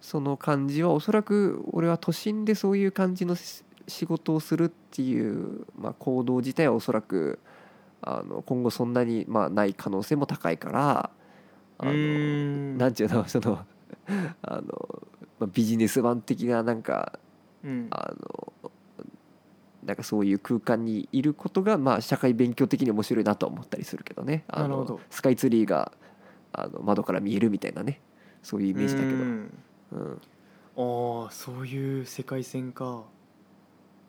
Speaker 2: その感じはおそらく俺は都心でそういう感じのし仕事をするっていう、まあ、行動自体はおそらくあの今後そんなに、まあ、ない可能性も高いからあ
Speaker 1: う
Speaker 2: の
Speaker 1: ーん
Speaker 2: なんていうのそのあの、まあ、ビジネス版的ななんか
Speaker 1: うん
Speaker 2: あのなんかそういう空間にいることが、まあ、社会勉強的に面白いなとは思ったりするけどねあの
Speaker 1: なるほど
Speaker 2: スカイツリーがあの窓から見えるみたいなねそういうイメージだけど、
Speaker 1: う
Speaker 2: うん
Speaker 1: んああそういう世界線か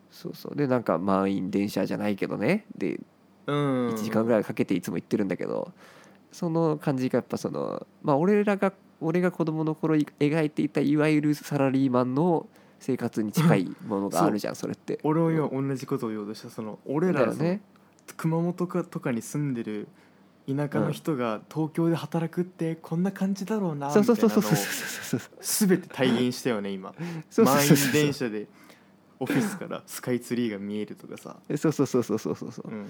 Speaker 2: そうそうでなんか満員電車じゃないけどねで
Speaker 1: うん
Speaker 2: 1時間ぐらいかけていつも行ってるんだけど、その感じがやっぱその、まあ、俺らが俺が子供の頃い描いていたいわゆるサラリーマンの生活に近いものがあるじゃんそれって。
Speaker 1: 俺は今同じことを言おうとしたその俺ら
Speaker 2: だよ
Speaker 1: の
Speaker 2: ね
Speaker 1: と熊本かとかに住んでる田舎の人が東京で働くってこんな感じだろうなみた
Speaker 2: そ
Speaker 1: いうなの
Speaker 2: そうそ
Speaker 1: を
Speaker 2: うそうそうそうそうそう
Speaker 1: 全て体現したよね今
Speaker 2: そう
Speaker 1: 満
Speaker 2: そ
Speaker 1: 員
Speaker 2: うそう
Speaker 1: 電車でオフィスからスカイツリーが見えるとかさ、
Speaker 2: そうそうそうそうそうそうそう
Speaker 1: うん、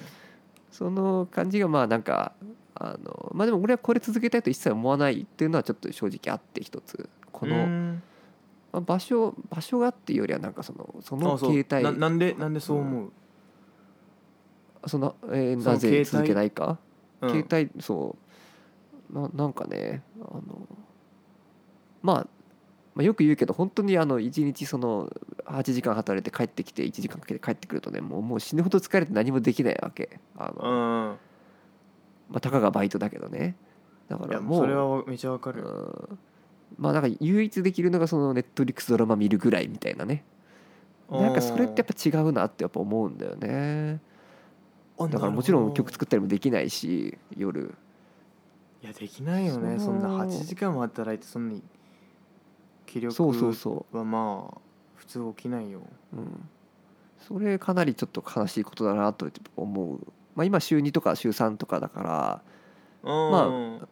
Speaker 2: その感じがまあなんかあのまあでも俺はこれ続けたいと一切思わないっていうのはちょっと正直あって一つこの、
Speaker 1: うん
Speaker 2: まあ、場所場所がっていうよりはなんかそのその
Speaker 1: あそう
Speaker 2: 携
Speaker 1: な
Speaker 2: 帯
Speaker 1: なんでなんでそう思う、
Speaker 2: その、えー
Speaker 1: その携
Speaker 2: なぜ
Speaker 1: 帯
Speaker 2: 続けないか、
Speaker 1: うん
Speaker 2: 携帯そうななんかねあの、まあ、まあよく言うけど本当にあの1日その8時間働いて帰ってきて1時間かけて帰ってくるとねもうもう死ぬほど疲れて何もできないわけあの、
Speaker 1: うん
Speaker 2: まあ、たかがバイトだけどねだか
Speaker 1: いや
Speaker 2: らもう
Speaker 1: それはめちゃわかる、
Speaker 2: うんまあなんか唯一できるのがそのネットリックスドラマ見るぐらいみたいなねなんかそれってやっぱ違うなってやっぱ思うんだよね
Speaker 1: ぱ
Speaker 2: だからもちろん曲作ったりもできないし夜
Speaker 1: いやできないよね
Speaker 2: そ
Speaker 1: そんな
Speaker 2: の
Speaker 1: 8時間も働いてそんなに気力
Speaker 2: そうそうそ
Speaker 1: はまあ普通起きないよ
Speaker 2: う、うん、それかなりちょっと悲しいことだなと思う、まあ、今週2とか週3とかだから、
Speaker 1: まあ
Speaker 2: ま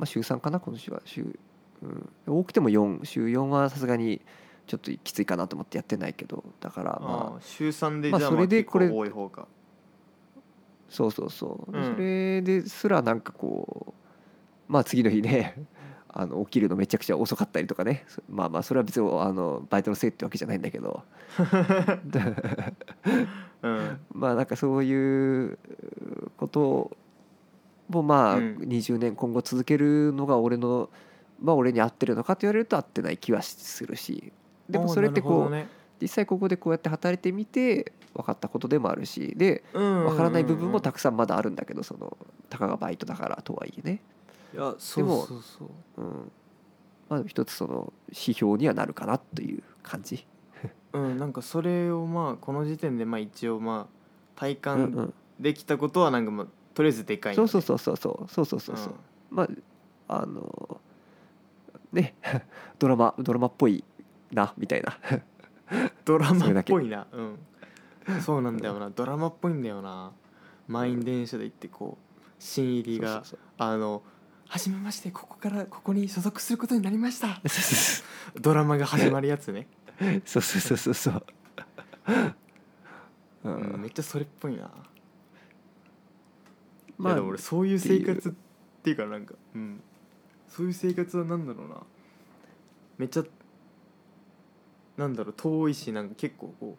Speaker 2: あ、週3かな今週は週、うん、多くても4週4はさすがにちょっときついかなと思ってやってないけどだからまあ
Speaker 1: ああ週3でじ
Speaker 2: まあ
Speaker 1: ゃあ
Speaker 2: そ
Speaker 1: まあ
Speaker 2: れで
Speaker 1: 結構
Speaker 2: これ
Speaker 1: 多い方か
Speaker 2: そうそうそう、で
Speaker 1: うん
Speaker 2: それですらなんかこうまあ次の日ね *laughs* あの起きるのめちゃくちゃ遅かったりとかねそまあまあそれは別にあのバイトのせいってわけじゃないんだ
Speaker 1: *laughs*
Speaker 2: けど *laughs*
Speaker 1: うん
Speaker 2: まあなんかそういうことをまあ
Speaker 1: うん
Speaker 2: 20年今後続けるのが俺のまあ俺に合ってるのかと言われると合ってない気はするしでもそれって
Speaker 1: ああなる
Speaker 2: こ
Speaker 1: ほど
Speaker 2: う
Speaker 1: ね
Speaker 2: 実際ここでこうやって働いてみて分かったことでもあるしで
Speaker 1: うん
Speaker 2: わからない部分もた
Speaker 1: く
Speaker 2: くさんまだあるんだけどそのたかがバイトだからとはいえね、
Speaker 1: いやそう
Speaker 2: も
Speaker 1: そうそう
Speaker 2: うんまあ、一つその指標にはなるかなという感じ。
Speaker 1: うんなんかそれをまあこの時点でまあ一応まあ体
Speaker 2: うんう
Speaker 1: 感
Speaker 2: ん、
Speaker 1: できたことはなんかまあとりあえずでかい
Speaker 2: そうそうそうそうそうそうそうそうそううんまああのね *laughs* ドラマドラマっぽいなみたいな
Speaker 1: ドラマ
Speaker 2: それ
Speaker 1: っ
Speaker 2: だけ
Speaker 1: ぽいなうんそうなんだよなドラマっぽいんだよな満員電車で行ってこう新入りが
Speaker 2: そう
Speaker 1: あの「はじめましてここからここに所属することになりました
Speaker 2: そうそ」
Speaker 1: ドラマが始まるやつね、
Speaker 2: うそうそうそうそうそうそうう
Speaker 1: うん、め
Speaker 2: ん
Speaker 1: っちゃそれっぽいな、ま
Speaker 2: ま
Speaker 1: あ、
Speaker 2: あ
Speaker 1: でも俺そういう生活っていうかなんかうんそういう生活はなんだろうなめっちゃなんだろう遠いしなんか結構こう、
Speaker 2: うん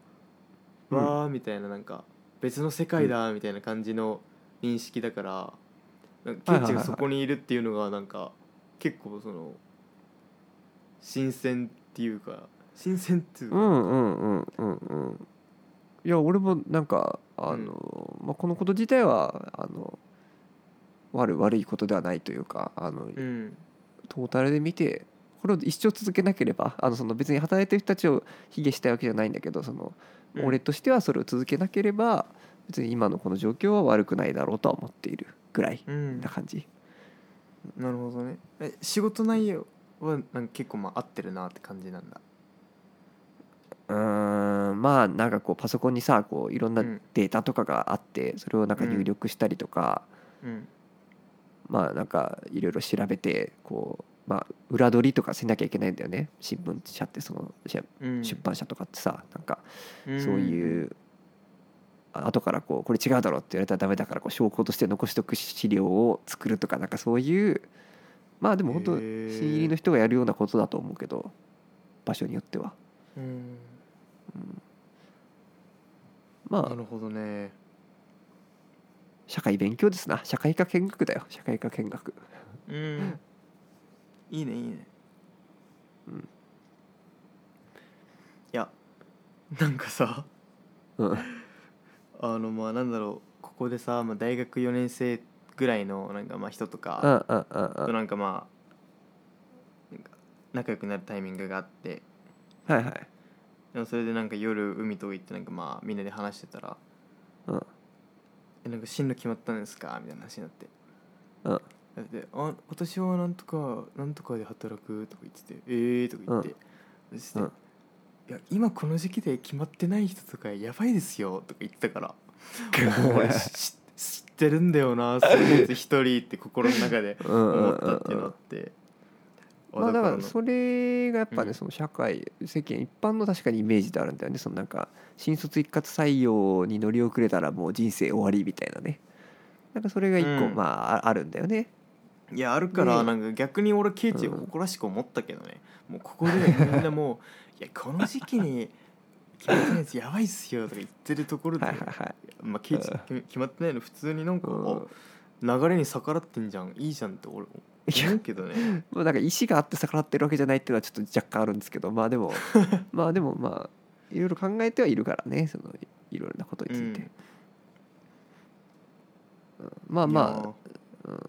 Speaker 1: わーみたいななんか別の世界だみたいな感じの認識だから、なんかケンチがそこにいるっていうのがなんか結構その新鮮っていうか新鮮っていう
Speaker 2: う
Speaker 1: か、
Speaker 2: んうんうんうんうんいや俺もなんかあの、まあ、このこと自体はあの悪い悪いことではないというかあの、
Speaker 1: うん
Speaker 2: トータルで見てこれを一生続けなければあのその別に働いてる人たちを卑下したいわけじゃないんだけどその、
Speaker 1: うん
Speaker 2: 俺としてはそれを続けなければ別に今のこの状況は悪くないだろうとは思っているぐらい
Speaker 1: うん
Speaker 2: な感じ。
Speaker 1: なるほどねえ仕事内容はなんか結構まあ合ってるなって感じなんだ
Speaker 2: うーんまあなんかこうパソコンにさこういろんな
Speaker 1: うん
Speaker 2: データとかがあってそれをなんか入力したりとか、
Speaker 1: うん
Speaker 2: まあなんかいろいろ調べてこう、まあ、裏取りとかせなきゃいけないんだよね新聞社ってそのし
Speaker 1: うん
Speaker 2: 出版社とかってさなんか
Speaker 1: うん
Speaker 2: そういうあ後からこうこれ違うだろうって言われたらダメだからこう証拠として残しとく資料を作るとかなんかそういうまあでも本当
Speaker 1: へ
Speaker 2: 新
Speaker 1: ー
Speaker 2: 入りの人がやるようなことだと思うけど場所によっては
Speaker 1: うんな
Speaker 2: まあ
Speaker 1: るほどね
Speaker 2: 社会勉強ですな社会科見学だよ社会科見学
Speaker 1: うんいいねいいね
Speaker 2: うん
Speaker 1: いやなんかさ
Speaker 2: うん
Speaker 1: あのまあなんだろうここでさ、まあ、大学4年生ぐらいのなんかまあ人と
Speaker 2: うんう
Speaker 1: か
Speaker 2: んうん
Speaker 1: と
Speaker 2: うん
Speaker 1: なんかまあなんか仲良くなるタイミングがあって
Speaker 2: はいはい
Speaker 1: でもそれでなんか夜海とか行ってなんかまあみんなで話してたら
Speaker 2: うん
Speaker 1: 「えなんか進路決まったんですか?」みたいな話になって
Speaker 2: うん
Speaker 1: であ私はなんとかなんとかで働く」とか言ってて「えー」とか言って、そして、
Speaker 2: うん
Speaker 1: いや今この時期で決まってない人とかやばいですよ」とか言ってた
Speaker 2: *laughs*
Speaker 1: から「俺し知ってるんだよなそういうやつ一人」って心の中で
Speaker 2: うんうん
Speaker 1: 思っ
Speaker 2: *laughs* う
Speaker 1: た
Speaker 2: ん
Speaker 1: っていうのあって。
Speaker 2: まあだから
Speaker 1: の
Speaker 2: それがやっぱ
Speaker 1: う
Speaker 2: ね
Speaker 1: ん
Speaker 2: その社会世間一般の確かにイメージであるんだよねそのなんか新卒一括採用に乗り遅れたらもう人生終わりみたいなねなんかそれが一個
Speaker 1: うん
Speaker 2: まあああるんだよね
Speaker 1: いやあるから
Speaker 2: ね
Speaker 1: なんか逆に俺ケイチを
Speaker 2: うん
Speaker 1: 誇らしく思ったけどね、もうここでみんなもう「い *laughs* やこの時期に決まってないやつやばいっすよ」とか言ってるところで、
Speaker 2: はいはいはい
Speaker 1: まあ、ケイチ
Speaker 2: うん
Speaker 1: 決め決まってないの普通になんか、
Speaker 2: うん
Speaker 1: あ流れに逆らってんじゃんいいじゃんって俺
Speaker 2: いや
Speaker 1: 思うけどね
Speaker 2: まあなんか意思があって逆らってるわけじゃないっていうのはちょっと若干あるんですけどまあで *laughs* もまあでもまあいろいろ考えてはいるからねそのいろいろなことについて、まあまあ
Speaker 1: あ、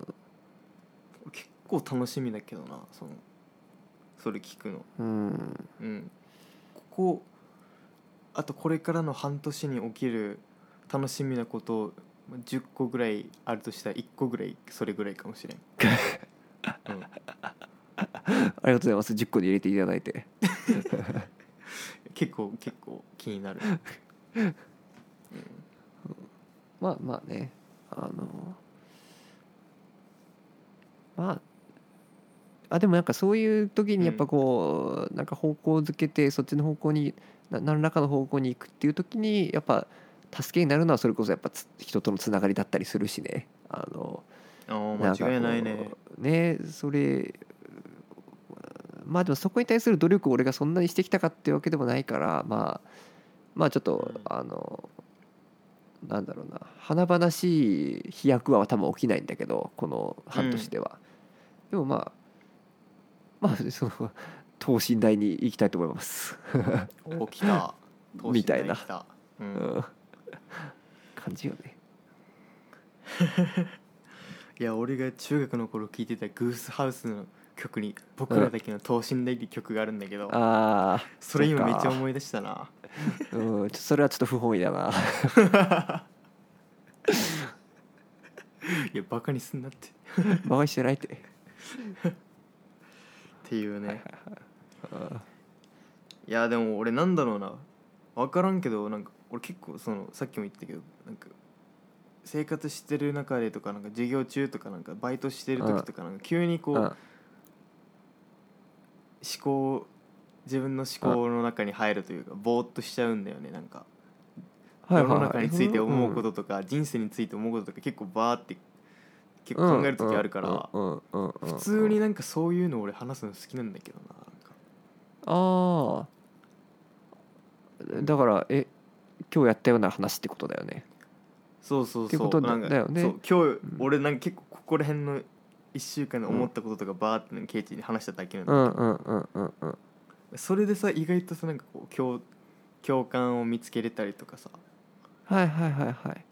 Speaker 1: 結構楽しみだけどなそのそれ聞くの
Speaker 2: うん
Speaker 1: うんここあとこれからの半年に起きる楽しみなことまあ10個ぐらいあるとしたら1個ぐらいそれぐらいかもしれん、うん、いや
Speaker 2: ありがとうございます10個で入れていただいて
Speaker 1: 結構結構気になる
Speaker 2: まあまあねあのまああでもなんかそういう時にやっぱこう、なんか方向づけてそっちの方向にな何らかの方向に行くっていう時にやっぱ助けになるのはそれこそやっぱつ人とのつながりだったりするしねあの
Speaker 1: *laughs* あー間違いないね
Speaker 2: んかこうねそれまあでもそこに対する努力を俺がそんなにしてきたかっていうわけでもないからまあまあちょっと、
Speaker 1: うん
Speaker 2: あのなんだろうな華々しい飛躍は多分起きないんだけどこの半年では、でもまあまあその等身大に行きたいと思います、
Speaker 1: 起き *laughs* た等身大
Speaker 2: みたいな
Speaker 1: 来た、う
Speaker 2: うんん、感じよね
Speaker 1: いや俺が中学の頃聴いてたグースハウスの曲に「僕らだけの等身大」って曲があるんだけど、
Speaker 2: ああ
Speaker 1: それ今めっちゃ
Speaker 2: い、
Speaker 1: 思い出したな
Speaker 2: うん、ちょそれはちょっと不本意だ
Speaker 1: *laughs*
Speaker 2: な
Speaker 1: いやバカにすんなってっ
Speaker 2: 馬鹿にしてないって
Speaker 1: ていうね
Speaker 2: うん
Speaker 1: いやでも俺なんだろうな分からんけどなんか俺結構そのさっきも言ったけどなんか生活してる中でとかなんか授業中とかなんかバイトしてる時とかなんか急にこう
Speaker 2: うん
Speaker 1: 思考自分の思考の中に入るというかぼーっとしちゃうんだよねなんか世の中について思うこととか人生について思うこととか結構バーって結構考える時あるから普
Speaker 2: 普
Speaker 1: 通になんかそういうの俺話すの好きなんだけどななんか
Speaker 2: ああだからえ今日やったような話ってことだよね
Speaker 1: そうそう
Speaker 2: っていう
Speaker 1: そ
Speaker 2: こ
Speaker 1: う
Speaker 2: とだ
Speaker 1: なんか
Speaker 2: だよね
Speaker 1: そう今日
Speaker 2: ん
Speaker 1: 俺なんか結構ここら辺の1週間で思ったこととかバーってなんかケイチに話しただけなん
Speaker 2: う
Speaker 1: だ
Speaker 2: んうんうんうんうん
Speaker 1: それでさ意外とさなんかこう共共感を見つけれたりとかさ
Speaker 2: はいはいはいはい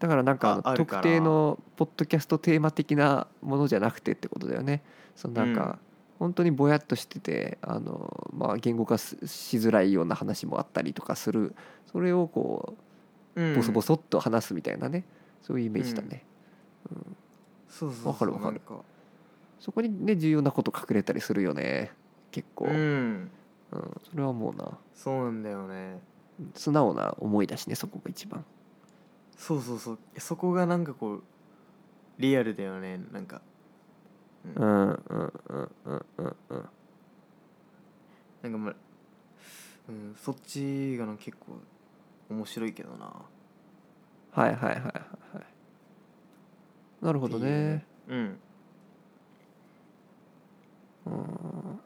Speaker 2: だからなんか
Speaker 1: ああるから
Speaker 2: 特定のポッドキャストテーマ的なものじゃなくてってことだよねそのなん
Speaker 1: うん
Speaker 2: か本当にぼやっとしててあの、まあ、言語化すしづらいような話もあったりとかするそれをこうボソボ
Speaker 1: ソ
Speaker 2: ソっと話すみたいなね、そういうイメージだね、
Speaker 1: そうそうそう
Speaker 2: わかるわかる
Speaker 1: なんか
Speaker 2: そこにね重要なこと隠れたりするよね結構、
Speaker 1: うん
Speaker 2: うんそれはもうな
Speaker 1: そうなんだよね
Speaker 2: 素直な思いだしねそこが一番
Speaker 1: そうそうそうそこがなんかこうリアルだよねなんか
Speaker 2: う
Speaker 1: うん
Speaker 2: んうんうんうんうんうん
Speaker 1: なんかまあうんそっちがなんか結構面白いけどな
Speaker 2: はいはいはいはいはいなるほど
Speaker 1: っていう
Speaker 2: ね
Speaker 1: うん
Speaker 2: うん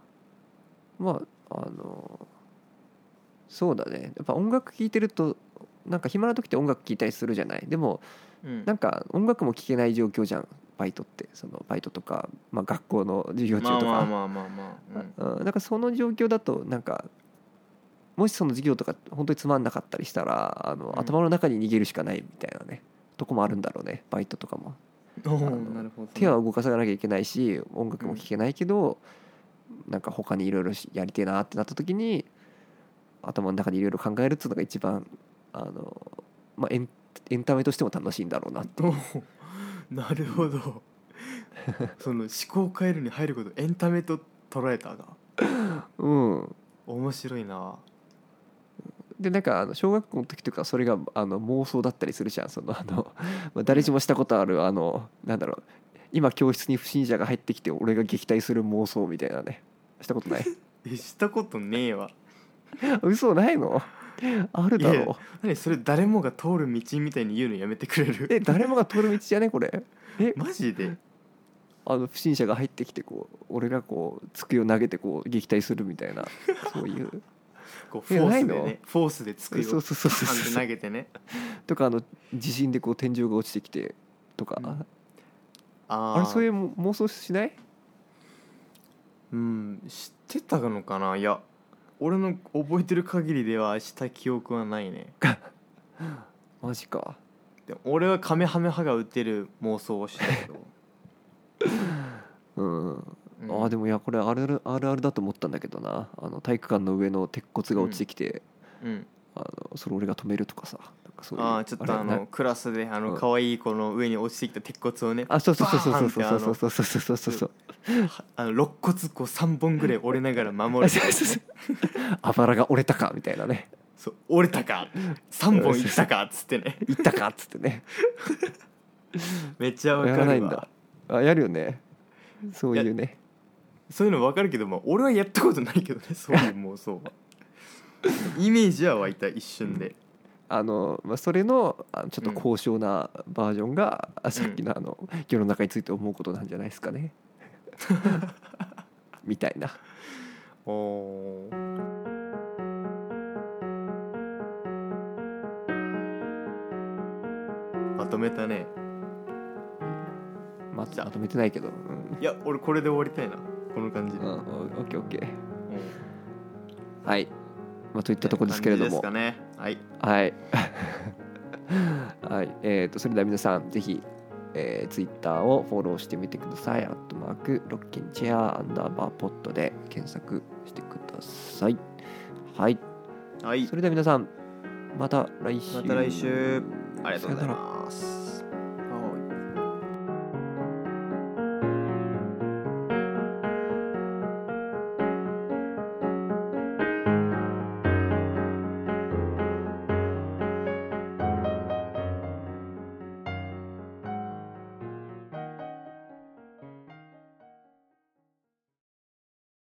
Speaker 2: まああのそうだねやっぱ音楽聴いてるとなんか暇な時って音楽聴いたりするじゃないでも
Speaker 1: うん
Speaker 2: なんか音楽も聴けない状況じゃんバイトってそのバイトとか、まあ、学校の授業中
Speaker 1: ま
Speaker 2: と
Speaker 1: あ
Speaker 2: か、
Speaker 1: まあまあまあまあ、うん
Speaker 2: うん、なんかその状況だとなんかもしその授業とか本当につまんなかったりしたらあの、
Speaker 1: うん
Speaker 2: 頭の中に逃げるしかないみたいなねとこもあるんだろうねバイトとかも
Speaker 1: お
Speaker 2: あの
Speaker 1: ーなるほどね
Speaker 2: 手は動かさなきゃいけないし音楽も聴けないけど、なんか他にいろいろやりてえなってなった時に頭の中でいろいろ考えるっていうのが一番あの、まあ、エンエンタメとしても楽しいんだろうなって
Speaker 1: おー *laughs* なるほど *laughs* その思考回路に入ることエンタメと捉えたが
Speaker 2: うん
Speaker 1: 面白いな
Speaker 2: でなんかあの小学校の時とかそれがあの妄想だったりするじゃんそのあの、まあ、誰しもしたことあるあのなんだろう今教室に不審者が入ってきて俺が撃退する妄想みたいなねしたこ
Speaker 1: *laughs*
Speaker 2: とない
Speaker 1: えしたことねえわ
Speaker 2: 嘘ないのあるだ
Speaker 1: いや
Speaker 2: ろ
Speaker 1: 何それ誰もが通る道みたいに言うのやめてくれ
Speaker 2: うえ
Speaker 1: る
Speaker 2: 誰もが通る道じゃねこれえ
Speaker 1: *laughs* マジで
Speaker 2: あの不審者が入ってきてこう俺がこう机を投げてこう撃退するみたいなそういう
Speaker 1: こうフ
Speaker 2: え
Speaker 1: ォー
Speaker 2: ない
Speaker 1: スで
Speaker 2: の
Speaker 1: ねフォースでつくよ
Speaker 2: そうそうそうそう
Speaker 1: パンって
Speaker 2: そ
Speaker 1: 投
Speaker 2: う
Speaker 1: げてね
Speaker 2: とかあの地震でこう天井が落ちてきてとか、
Speaker 1: うんあ
Speaker 2: *laughs* あれそういうう妄想しない
Speaker 1: うん知ってたのかないや俺の覚えてる限りではした記憶はないね
Speaker 2: マジか
Speaker 1: でも俺はカメハメハが打てる妄想をしたけど、
Speaker 2: うん
Speaker 1: うん
Speaker 2: あーでもいやこれあるあるあるあるだと思ったんだけどなあの体育館の上の鉄骨が落ちてきて、
Speaker 1: うん、
Speaker 2: あのそれ俺が止めるとかさなんかそういう
Speaker 1: ああちょっとあ
Speaker 2: れな
Speaker 1: のクラスであの
Speaker 2: うん
Speaker 1: 可愛い子の上に落ちてきた鉄骨をね
Speaker 2: あそうそうそうそうそう
Speaker 1: バーンってあ
Speaker 2: そ
Speaker 1: の
Speaker 2: うそうそうそうそうそうそう
Speaker 1: あの肋骨こう3本ぐらい折れながら守る
Speaker 2: そうそうそうあばらが折れたかみたいなね
Speaker 1: そう折れたか3本いったかっつって
Speaker 2: *laughs*
Speaker 1: ね
Speaker 2: いったかっつってね
Speaker 1: めっちゃわか
Speaker 2: や
Speaker 1: るわ
Speaker 2: らないんだあやるよねそういうね
Speaker 1: そういうのわかるけど、まあ、俺はやったことないけ
Speaker 2: *laughs*
Speaker 1: どねそういう妄想はイメージは湧いた一瞬で、
Speaker 2: あの、まあ、それのあのちょっと高尚なバージョンが、あさっきのあの世の中について思うことなんじゃないですかねみたいな
Speaker 1: おーまとめたね
Speaker 2: ま
Speaker 1: じゃあ
Speaker 2: まとめてないけどうん
Speaker 1: いや俺これで終わりたいなこの感じで、
Speaker 2: うん、
Speaker 1: うん
Speaker 2: おオッケーオッケー。はい。まあ、といったところですけれども、
Speaker 1: 感じですかねはい
Speaker 2: はい。 *laughs* はい、えっ、と、それでは皆さん、ぜひ、えー、ツイッターをフォローしてみてください。アットマーク、ロッキンチェア、アンダーバーポットで検索してください。はい。
Speaker 1: はい
Speaker 2: それでは皆さん、また来週。
Speaker 1: また来週ありがとうござい
Speaker 2: さよなら
Speaker 1: ます